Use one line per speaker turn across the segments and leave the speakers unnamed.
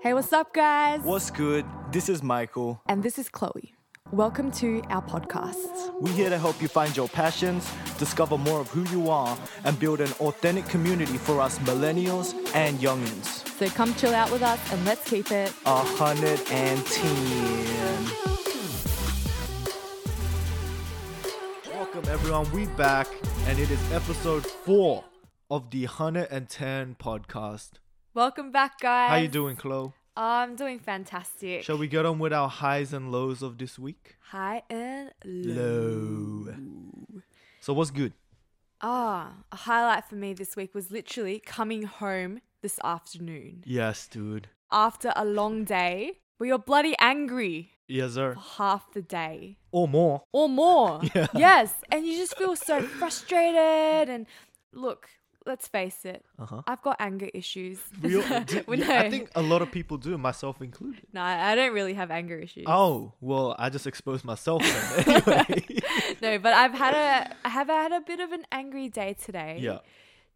Hey, what's up, guys?
What's good? This is Michael.
And this is Chloe. Welcome to our podcast.
We're here to help you find your passions, discover more of who you are, and build an authentic community for us millennials and youngins.
So come chill out with us and let's keep it.
A hundred and ten.
Welcome everyone, we back and it is episode four of the 110 podcast.
Welcome back, guys.
How you doing, Chloe?
I'm doing fantastic.
Shall we get on with our highs and lows of this week?
High and low.
Low. So what's good?
Ah, a highlight for me this week was literally coming home this afternoon
Yes, dude.
after a long day. We were bloody angry
Yes, sir.
for half the day
Or more.
or more. Yes, and you just feel so frustrated. And look, let's face it,
Uh-huh.
I've got anger issues.
We all- do-
We
yeah, I
know.
think a lot of people do, myself included.
No, I I don't really have anger issues.
Oh, well, I just exposed myself then. anyway.
No, but I've had a I have had a bit of an angry day today.
yeah,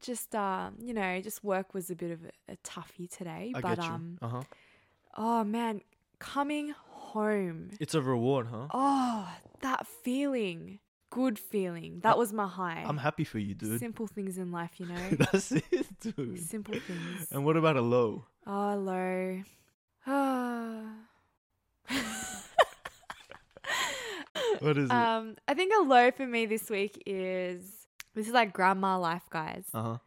Just um, you know, just work was a bit of a, a toughie today.
I
but
get you.
um
uh-huh.
oh man, coming home.
It's a reward, huh?
Oh, that feeling. Good feeling. That was my high.
I'm happy for you, dude.
Simple things in life, you know.
That's it, dude.
Simple things.
And what about a low?
Oh, hello.
What is it?
um, I think a low for me this week is this is like grandma life, guys.
Uh huh.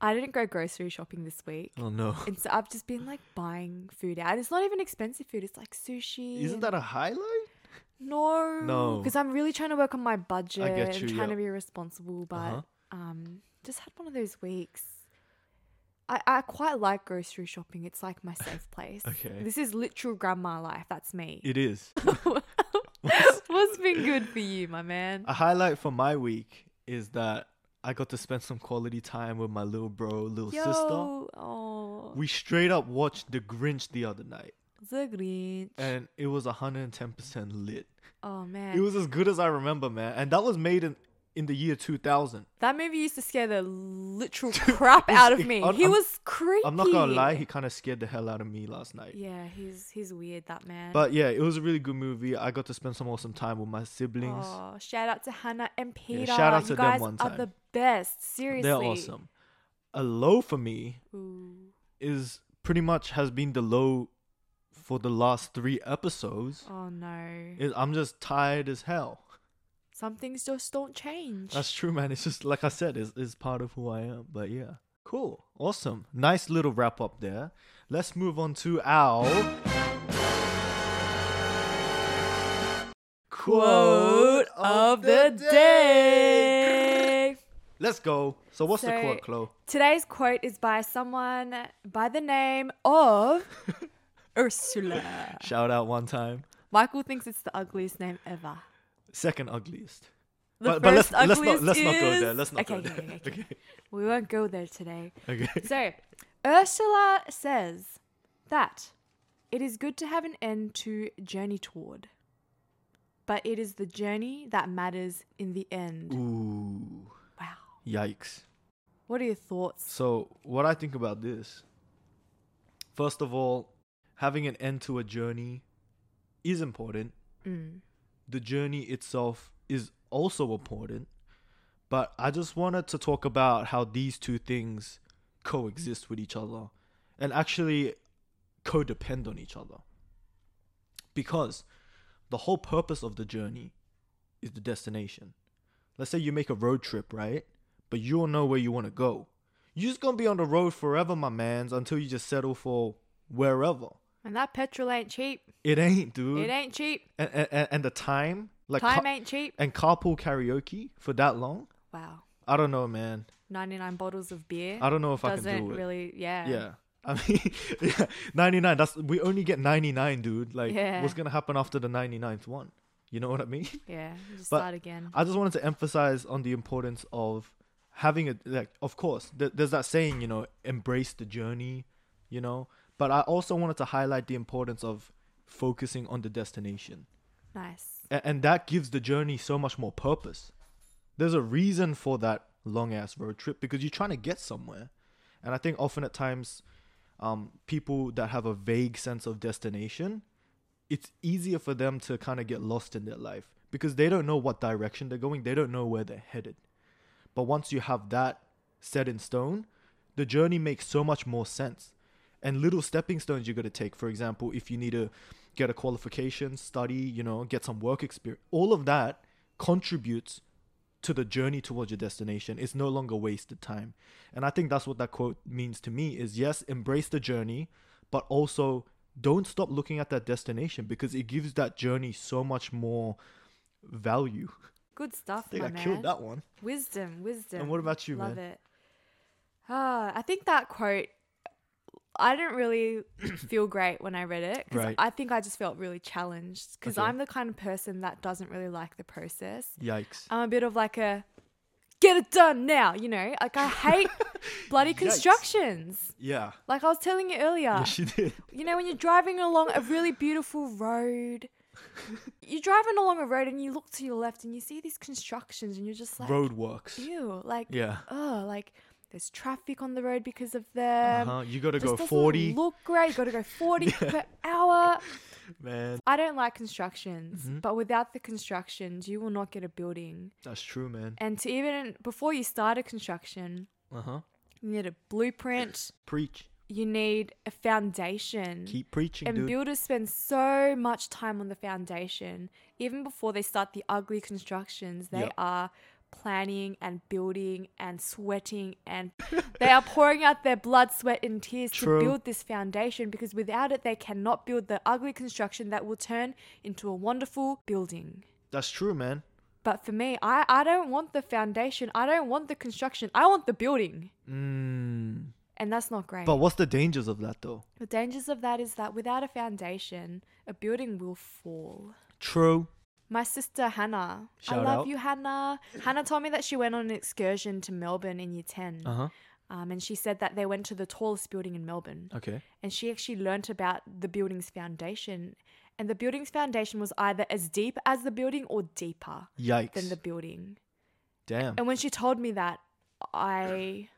I didn't go grocery shopping this week.
Oh no.
And so I've just been like buying food out. It's not even expensive food. It's like sushi.
Isn't
and-
that a highlight?
no?
No.
because I'm really trying to work on my budget.
you,
and trying
yeah.
to be responsible, but
Uh-huh.
um, just had one of those weeks. I, I quite like grocery shopping. It's like my safe place.
Okay.
This is literal grandma life. That's me.
It is.
What's been good for you, my man?
a highlight for my week is that I got to spend some quality time with my little bro, little sister.
Yo, oh,
We straight up watched The Grinch the other night,
the Grinch.
and it was 110% lit.
oh man,
It was as good as I remember, man. And that was made in in the year 2000.
That movie used to scare the literal crap out of
it-
me.
I'm-
he
I'm-
was creepy.
I'm not gonna lie, he kind of scared the hell out of me last night.
Yeah, he's he's weird. That man.
But yeah, it was a really good movie. I got to spend some awesome time with my siblings.
oh, shout out to Hannah and Peter.
shout out
you
to them
guys
one
are
time.
the best. Seriously,
They're awesome. A low for me
Ooh.
is pretty much has been the low for the last three episodes.
Oh no,
It- I'm just tired as hell.
some things just don't change.
That's true, man. It's just like I said, it's, it's part of who I am. But yeah, cool, awesome, nice little wrap up there. Let's move on to our
quote of the day.
Let's go. So what's the
So-
quote, Chloe?
Today's quote is by someone by the name of Ursula.
Shout out one time.
Michael thinks it's the ugliest name ever.
Second ugliest.
The
but but let's,
first
let's not
ugliest
let's not go
is-
there. Let's not
okay,
go there.
okay, okay, okay. We won't go there today.
okay. okay.
So, Ursula says that it is good to have an end to journey toward, but it is the journey that matters in the end.
Ooh.
Wow.
Yikes.
What are your thoughts?
So, what I think about this, first of all, having an end to a journey is important.
Mm.
The journey itself is also important. But I just wanted to talk about how these two things coexist with each other and actually codepend on each other. Because the whole purpose of the journey is the destination. Let's say you make a road trip, right? But you don't know where you want to go. You're just going to be on the road forever, my mans, until you just settle for wherever.
And that petrol ain't cheap.
It ain't, dude.
It ain't cheap.
And, and, and the time, like
Time
ca-
ain't cheap.
and carpool karaoke for that long.
Wow.
I don't know, man.
99 bottles of beer.
I don't know if I can
doesn't
do it.
really, yeah.
Yeah. I mean, yeah, 99. That's we only get 99, dude. Like,
Yeah.
what's gonna happen after the 99th one? You know what I mean?
Yeah. you Just
But-
start again.
I just wanted to emphasize on the importance of having a like. Of course, th- there's that saying, you know, embrace the journey, you know. But I also wanted to highlight the importance of focusing on the destination,
Nice.
A- and that gives the journey so much more purpose. There's a reason for that long ass road trip because you're trying to get somewhere, and I think often at times, um, people that have a vague sense of destination, it's easier for them to kind of get lost in their life because they don't know what direction they're going, they don't know where they're headed. But once you have that set in stone, the journey makes so much more sense. And little stepping stones you got to take, for example, if you need to get a qualification, study, you know, get some work experience, all of that contributes to the journey towards your destination. It's no longer wasted time. And I think that's what that quote means to me is yes, embrace the journey, but also don't stop looking at that destination because it gives that journey so much more value.
Good stuff,
I think
my
I
man.
killed that one.
Wisdom, wisdom.
what about you,
Love
man?
it. Ah, I think that quote. I didn't really feel great when I read it because
Right.
I think I just felt really challenged because
Okay.
I'm the kind of person that doesn't really like the process.
Yikes.
I'm a bit of like a get it done now, you know? Like I hate bloody constructions.
Yeah.
Like I was telling you earlier.
Yeah, she did.
You know, when you're driving along a really beautiful road, you're driving along a road and you look to your left and you see these constructions and you're just like,
Roadworks.
ew, like,
Yeah.
oh, like there's traffic on the road because of them.
Uh-huh. You got to
This
go
Um, doesn't
40,
Look great. You got to go 40 per hour.
man.
I don't like constructions,
Mm-hmm.
but without the constructions, you will not get a building.
That's true, man.
And to even before you start a construction,
Uh-huh.
you need a blueprint.
Preach.
You need a foundation.
Keep preaching,
And
dude.
builders spend so much time on the foundation. Even before they start the ugly constructions, they
Yep.
are planning and building and sweating and they are pouring out their blood, sweat, and tears
True.
to build this foundation because without it, they cannot build the ugly construction that will turn into a wonderful building.
That's true, man.
But for me, I, I don't want the foundation. I don't want the construction. I want the building.
Mm.
And that's not great.
But what's the dangers of that, though?
the dangers of that is that without a foundation, a building will fall.
True.
My sister Hannah. I
Shout
love
out.
you, Hannah. Hannah told me that she went on an excursion to Melbourne in year 10.
Uh huh.
Um, and she said that they went to the tallest building in Melbourne.
Okay.
And she actually learnt about the building's foundation. And the building's foundation was either as deep as the building or deeper
Yikes.
than the Oh, building.
Damn.
And when she told me that, I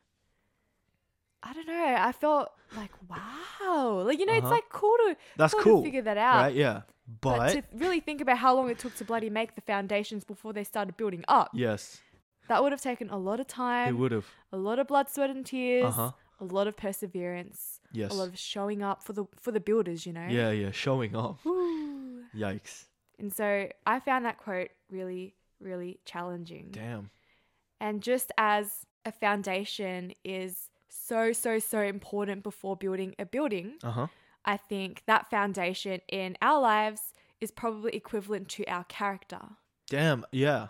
I don't know, I felt like wow. Like you know, it's
Uh-huh.
like cool to
That's
cool,
cool.
to figure that out.
Right? Yeah. But,
But, to really think about how long it took to bloody make the foundations before they started building up,
yes,
that would have taken a lot of
it
time,
would have.
a lot of blood, sweat, and tears,
Uh-huh.
a lot of perseverance,
Yes.
a lot of showing up for the for the builders, you know.
Yeah, yeah. Showing off.
Woo.
Yikes.
And so I found that quote really, really challenging.
Mm. Damn.
And just as a foundation is so, so, so important before building a building,
Uh huh.
I think that foundation in our lives is probably equivalent to our character.
Damn. Yeah.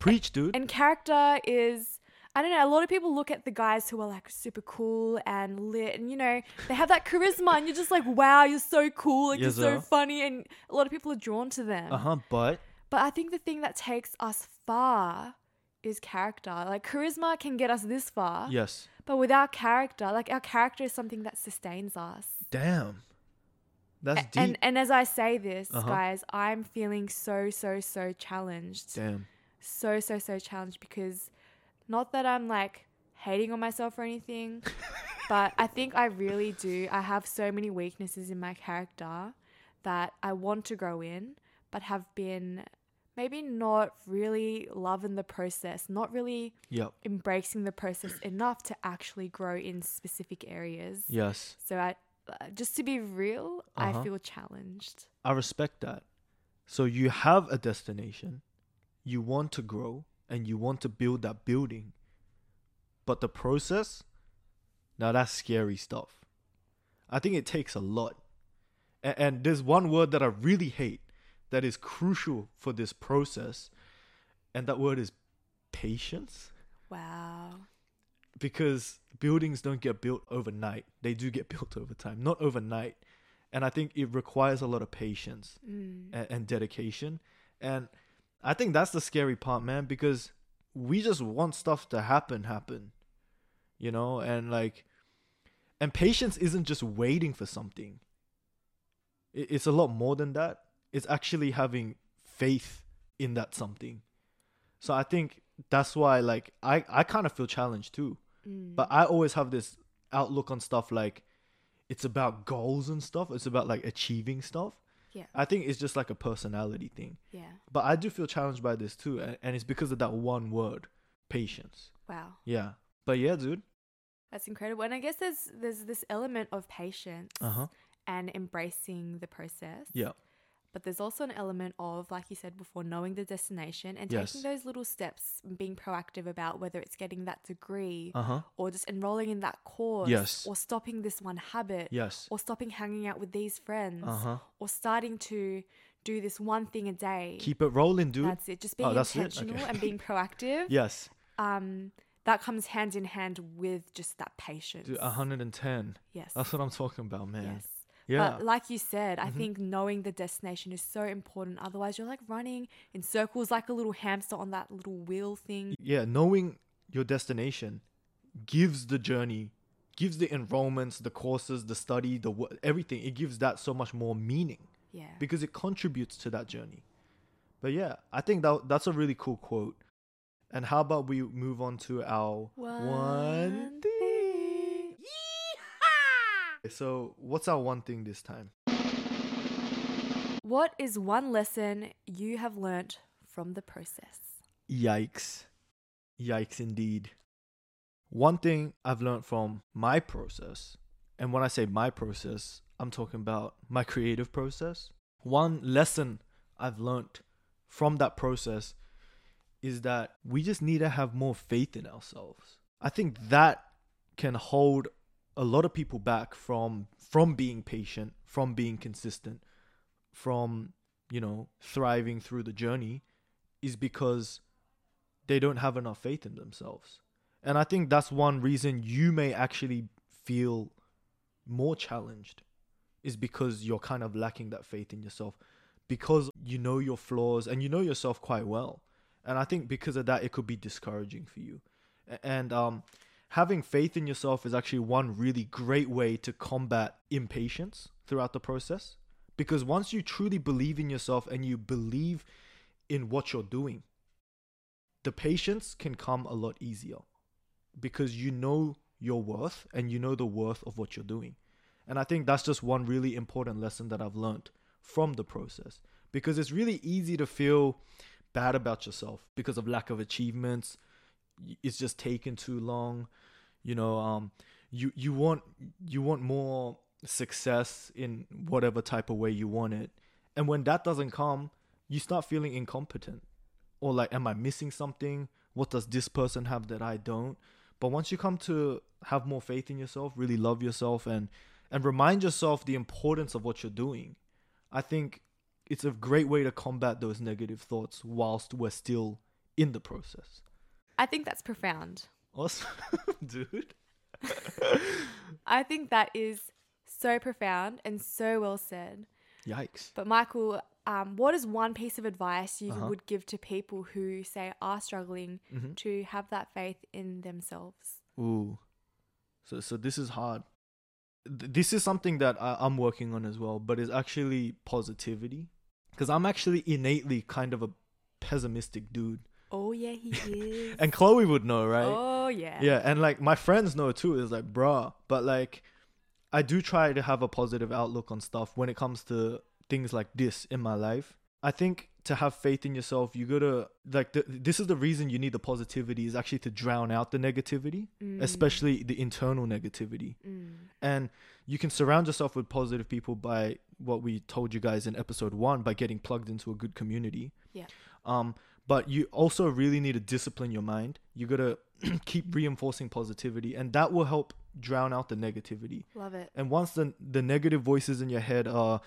Preach, dude.
And character is, I don't know, a lot of people look at the guys who are like super cool and lit and, you know, they have that charisma and you're just like, wow, you're so cool, like,
Yes,
you're so
sir.
funny. And a lot of people are drawn to them.
Uh huh. But
But I think the thing that takes us far is character. Like, charisma can get us this far.
yes.
But without character, like our character is something that sustains us.
Damn. That's deep.
And and as I say this,
Uh-huh.
guys, I'm feeling so so so challenged.
Damn.
So so so challenged because not that I'm like hating on myself or anything, but I think I really do. I have so many weaknesses in my character that I want to grow in, but have been maybe not really loving the process, not really
Yep.
embracing the process enough to actually grow in specific areas.
Yes.
So I uh, just to be real, I
Uh-huh.
feel challenged.
I respect that. So you have a destination, you want to grow, and you want to build that building. But the process, now that's scary stuff. I think it takes a lot. And, and there's one word that I really hate that is crucial for this process, and that word is patience.
Wow.
Because buildings don't get built overnight, they do get built over time, not overnight. And I think it requires a lot of patience
Mm.
and, and dedication. And I think that's the scary part, man, because we just want stuff to happen, happen, you know, and like, and patience isn't just waiting for something. It, it's a lot more than that. It's actually having faith in that something. So I think that's why, like,
Mm.
I I kind of feel challenged too. But I always have this outlook on stuff like it's about goals and stuff. It's about like achieving stuff.
Yeah.
I think it's just like a personality thing.
Yeah.
But I do feel challenged by this too, a- and it's because of that one word, patience.
Wow.
Yeah. But yeah, dude.
That's incredible. And I guess there's there's this element of patience
Uh huh.
and embracing the process.
Yeah.
But there's also an element of, like you said before, knowing the destination and
Yes.
taking those little steps and being proactive about whether it's getting that degree
Uh huh.
or just enrolling in that course
Yes.
or stopping this one habit
Yes.
or stopping hanging out with these friends
Uh huh.
or starting to do this one thing a day.
Keep it rolling, dude.
that's it. Just being
Oh, that's it?
intentional
Okay.
and being proactive.
yes.
Um, that comes hand in hand with just that patience.
Dude, 110.
Yes.
That's what I'm talking about, man.
Yes.
Yeah. Mm-hmm.
But like you said, I think knowing the destination is so important. Otherwise, you're like running in circles like a little hamster on that little wheel thing.
yeah, knowing your destination gives the journey, gives the enrollments, the courses, the study, the wo- everything. It gives that so much more meaning
Yeah.
because it contributes to that journey. But yeah, I think that that's a really cool quote. And how about we move on to our
One
thing? So, what's our one thing this time?
What is one lesson you have learnt from the process?
Yikes. Yikes indeed. One thing I've learned from my process, and when I say my process, I'm talking about my creative process. One lesson I've learned from that process is that we just need to have more faith in ourselves. I think that can hold a lot of people back from from being patient, from being consistent, from, you know, thriving through the journey is because they don't have enough faith in themselves. And I think that's one reason you may actually feel more challenged is because you're kind of lacking that faith in yourself because you know your flaws and you know yourself quite well. And I think because of that, it could be discouraging for you. A- And um, having faith in yourself is actually one really great way to combat impatience throughout the process. Because once you truly believe in yourself and you believe in what you're doing, the patience can come a lot easier because you know your worth and you know the worth of what you're doing. And I think that's just one really important lesson that I've learned from the process because it's really easy to feel bad about yourself because of lack of achievements. Y- It's just taken too long. You know, um, you you want you want more success in whatever type of way you want it, and when that doesn't come, you start feeling incompetent or like am i missing something what does this person have that i don't but once you come to have more faith in yourself really love yourself and and remind yourself the importance of what you're doing i think it's a great way to combat those negative thoughts whilst we're still in the process
I think that's profound.
awesome dude
I think that is so profound and so well said.
yikes
But Michael, um, what is one piece of advice you
Uh-huh. Mm-hmm.
would give to people who say are struggling to have that faith in themselves?
Ooh. So so this is hard. Th- This is something that I, I'm working on as well, but it's actually positivity. Because I'm actually innately kind of a pessimistic dude.
Oh yeah, he is.
And Chloe would know, right?
Oh yeah.
Yeah, and like my friends know too. Is like, bruh, but like, I do try to have a positive outlook on stuff when it comes to things like this in my life. I think to have faith in yourself, you gotta like. The, this is the reason you need the positivity is actually to drown out the negativity, especially the internal negativity. And you can surround yourself with positive people by what we told you guys in episode one by getting plugged into a good community.
Yeah.
Um, but you also really need to discipline your mind. You gotta keep reinforcing positivity, and that will help drown out the negativity.
Love it.
And once the the negative voices in your head are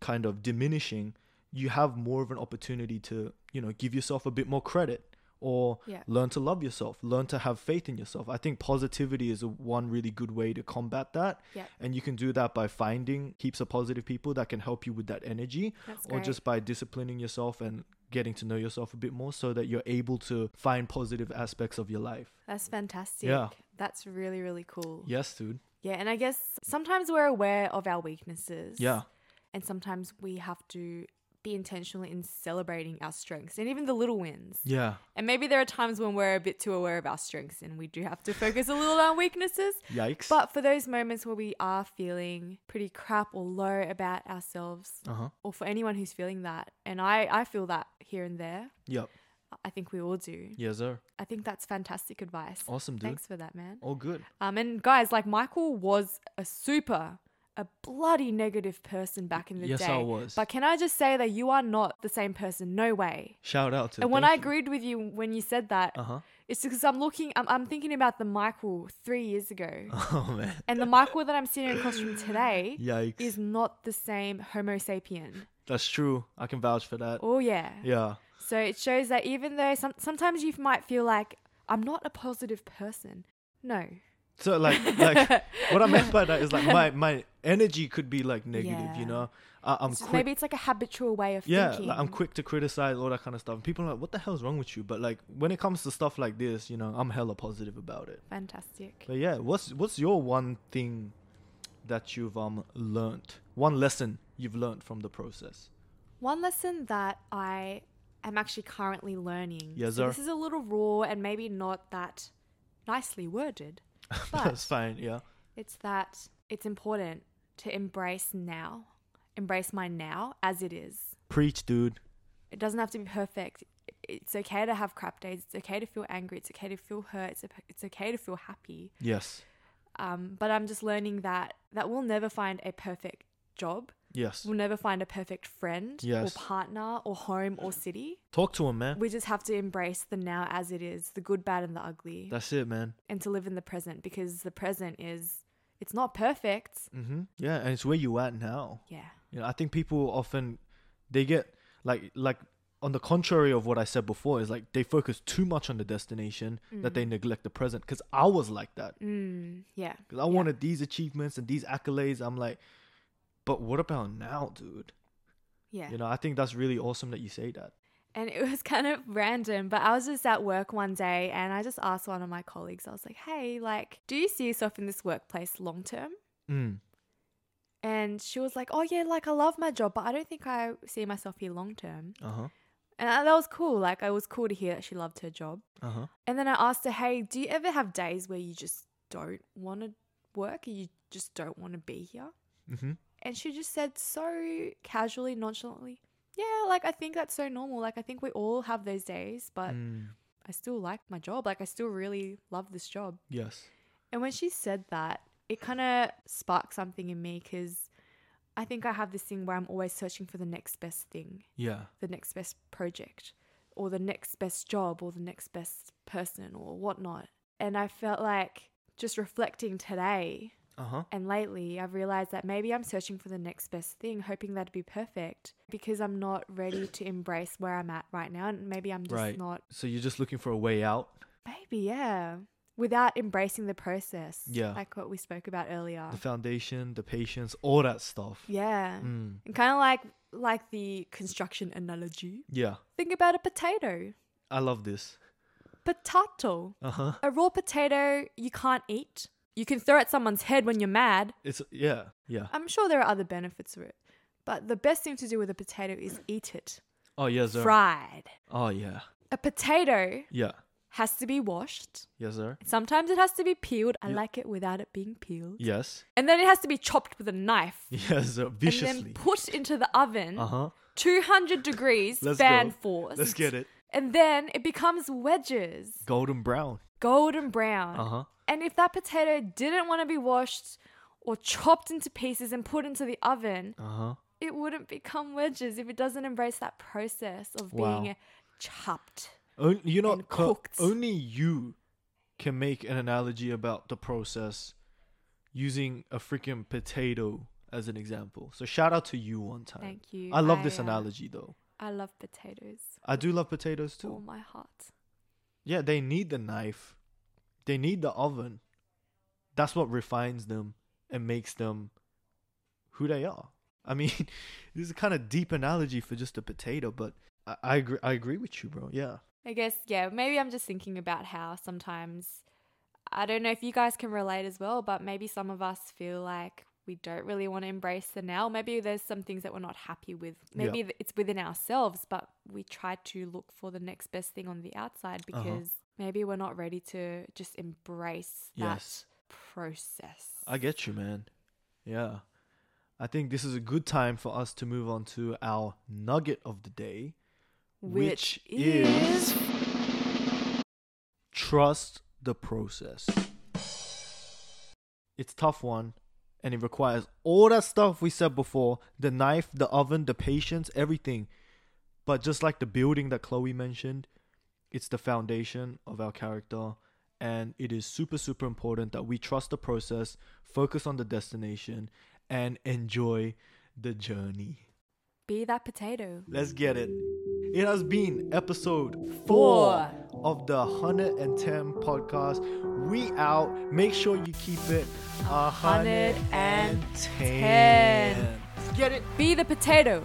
kind of diminishing, you have more of an opportunity to you know give yourself a bit more credit or
Yeah.
learn to love yourself, learn to have faith in yourself. I think positivity is a, one really good way to combat that.
Yeah.
And you can do that by finding heaps of positive people that can help you with that energy
That's
or
great.
just by disciplining yourself and getting to know yourself a bit more so that you're able to find positive aspects of your life.
That's fantastic.
Yeah.
That's really, really cool. Yeah.
Yes, dude.
And I guess sometimes we're aware of our weaknesses.
Yeah.
And sometimes we have to be intentional in celebrating our strengths and even the little wins.
Yeah.
And maybe there are times when we're a bit too aware of our strengths and we do have to focus a little on weaknesses.
Yikes.
But for those moments where we are feeling pretty crap or low about ourselves,
uh huh.
or for anyone who's feeling that, and I, I feel that here and there,
Yep.
I think we all do.
Yes, sir.
I think that's fantastic advice.
Awesome, dude.
Thanks for that, man.
All good.
Um, and guys, like Michael was a super, a bloody negative person back in the
Yes,
day.
I was.
But can I just say that you are not the same person? No way.
Shout out to.
And when I
thank you.
agreed with you when you said that,
Uh-huh.
it's because I'm looking, I'm, I'm thinking about the Michael three years ago.
Oh man.
and the Michael that I'm sitting across from today
Yikes.
is not the same Homo sapien.
That's true. I can vouch for that.
Oh, yeah.
Yeah.
So it shows that even though some, sometimes you might feel like, I'm not a positive person. No.
So like like what I meant by that is like my my energy could be like negative.
Yeah.
You know, I, I'm
So
quick.
maybe it's like a habitual way of
yeah,
thinking.
like, I'm quick to criticize all that kind of stuff. And people are like, "What the hell's wrong with you?" But like when it comes to stuff like this, you know, I'm hella positive about it.
Fantastic.
But yeah, what's what's your one thing that you've um learnt? One lesson you've learnt from the process?
One lesson that I am actually currently learning.
Yes,
so
sir.
This is a little raw and maybe not that nicely worded,
That's
but
fine. Yeah.
it's that it's important to embrace now, embrace my now as it is.
Preach, dude.
It doesn't have to be perfect. It's okay to have crap days. It's okay to feel angry. It's okay to feel hurt. It's, it's okay to feel happy.
Yes.
Um, but I'm just learning that that we'll never find a perfect job.
Yes.
We'll never find a perfect friend
Yes.
or partner or home or city.
Talk to him, man.
We just have to embrace the now as it is, the good, bad, and the ugly,
That's it, man.
and to live in the present because the present is, it's not perfect.
Mm-hmm. Yeah, and it's where you at now.
Yeah.
You know, I think people often they get like like on the contrary of what I said before is like they focus too much on the destination that they neglect the present. Because I was like that.
Mm-hmm. Mm, yeah.
'Cause I
Yeah.
wanted these achievements and these accolades. I'm like, but what about now, dude?
Yeah.
You know, I think that's really awesome that you say that.
And it was kind of random, but I was just at work one day and I just asked one of my colleagues, I was like, hey, like, do you see yourself in this workplace long term?
Mm.
And she was like, oh, yeah, like, I love my job, but I don't think I see myself here long term.
Uh huh.
And I, that was cool. Like, it was cool to hear that she loved her job.
Uh huh.
And then I asked her, hey, do you ever have days where you just don't want to work? Or you just don't want to be here?
Mm-hmm.
And she just said so casually, nonchalantly, yeah, like I think that's so normal. Like I think we all have those days, but I still like my job. Like I still really love this job.
Yes.
And when she said that, it kind of sparked something in me because I think I have this thing where I'm always searching for the next best thing
Yeah.
the next best project or the next best job or the next best person or whatnot. And I felt like just reflecting today
Uh huh.
and lately, I've realized that maybe I'm searching for the next best thing, hoping that'd be perfect because I'm not ready to embrace where I'm at right now. And maybe I'm just
Right.
not,
So you're just looking for a way out,
maybe, yeah, without embracing the process.
Yeah.
Like what we spoke about earlier.
the foundation, the patience, all that stuff.
yeah.
Mm.
And kind of like, like the construction analogy.
Yeah.
Think about a potato.
I love this.
Potato.
Uh huh.
A raw potato you can't eat. You can throw at someone's head when you're mad.
It's yeah, yeah.
I'm sure there are other benefits of it. But the best thing to do with a potato is eat it.
Oh yes, sir.
Fried.
oh yeah,
A potato
yeah.
has to be washed.
Yes, sir.
Sometimes it has to be peeled. I like it without it being peeled.
Yes,
And then it has to be chopped with a knife.
yes, sir.
And
Viciously.
then put into the oven,
Uh huh.
200 degrees
Let's
fan
go.
force.
Let's get it.
And then it becomes wedges,
Golden brown.
golden brown.
Uh huh.
And if that potato didn't want to be washed or chopped into pieces and put into the oven,
Uh huh.
it wouldn't become wedges if it doesn't embrace that process of
Wow.
being chopped.
On, you know,
And
co-
cooked.
only you can make an analogy about the process using a freaking potato as an example. So shout out to you one time.
Thank you.
I love
I,
this
uh,
analogy though.
I love potatoes
I do love potatoes
with all
too.
Oh my heart.
Yeah, they need the knife. They need the oven. That's what refines them and makes them who they are. I mean, this is a kind of deep analogy for just a potato, but I, I agree. I agree with you, bro. Yeah.
I guess, yeah, maybe I'm just thinking about how sometimes, I don't know if you guys can relate as well, but maybe some of us feel like we don't really want to embrace the now. Maybe there's some things that we're not happy with.
Yeah.
Maybe th- it's within ourselves, but we try to look for the next best thing on the outside
Uh-huh.
because maybe we're not ready to just embrace that
Yes.
process.
I get you, man. Yeah. I think this is a good time for us to move on to our nugget of the day, which is- trust the process. It's a tough one and it requires all that stuff we said before, the knife, the oven, the patience, everything. But just like the building that Chloe mentioned, it's the foundation of our character and it is super super important that we trust the process, focus on the destination and enjoy the journey.
be that potato.
Let's get it. It has been episode four of the 110 podcast. We out. Make sure you keep it 110.
110.
Get it?
Be the potato.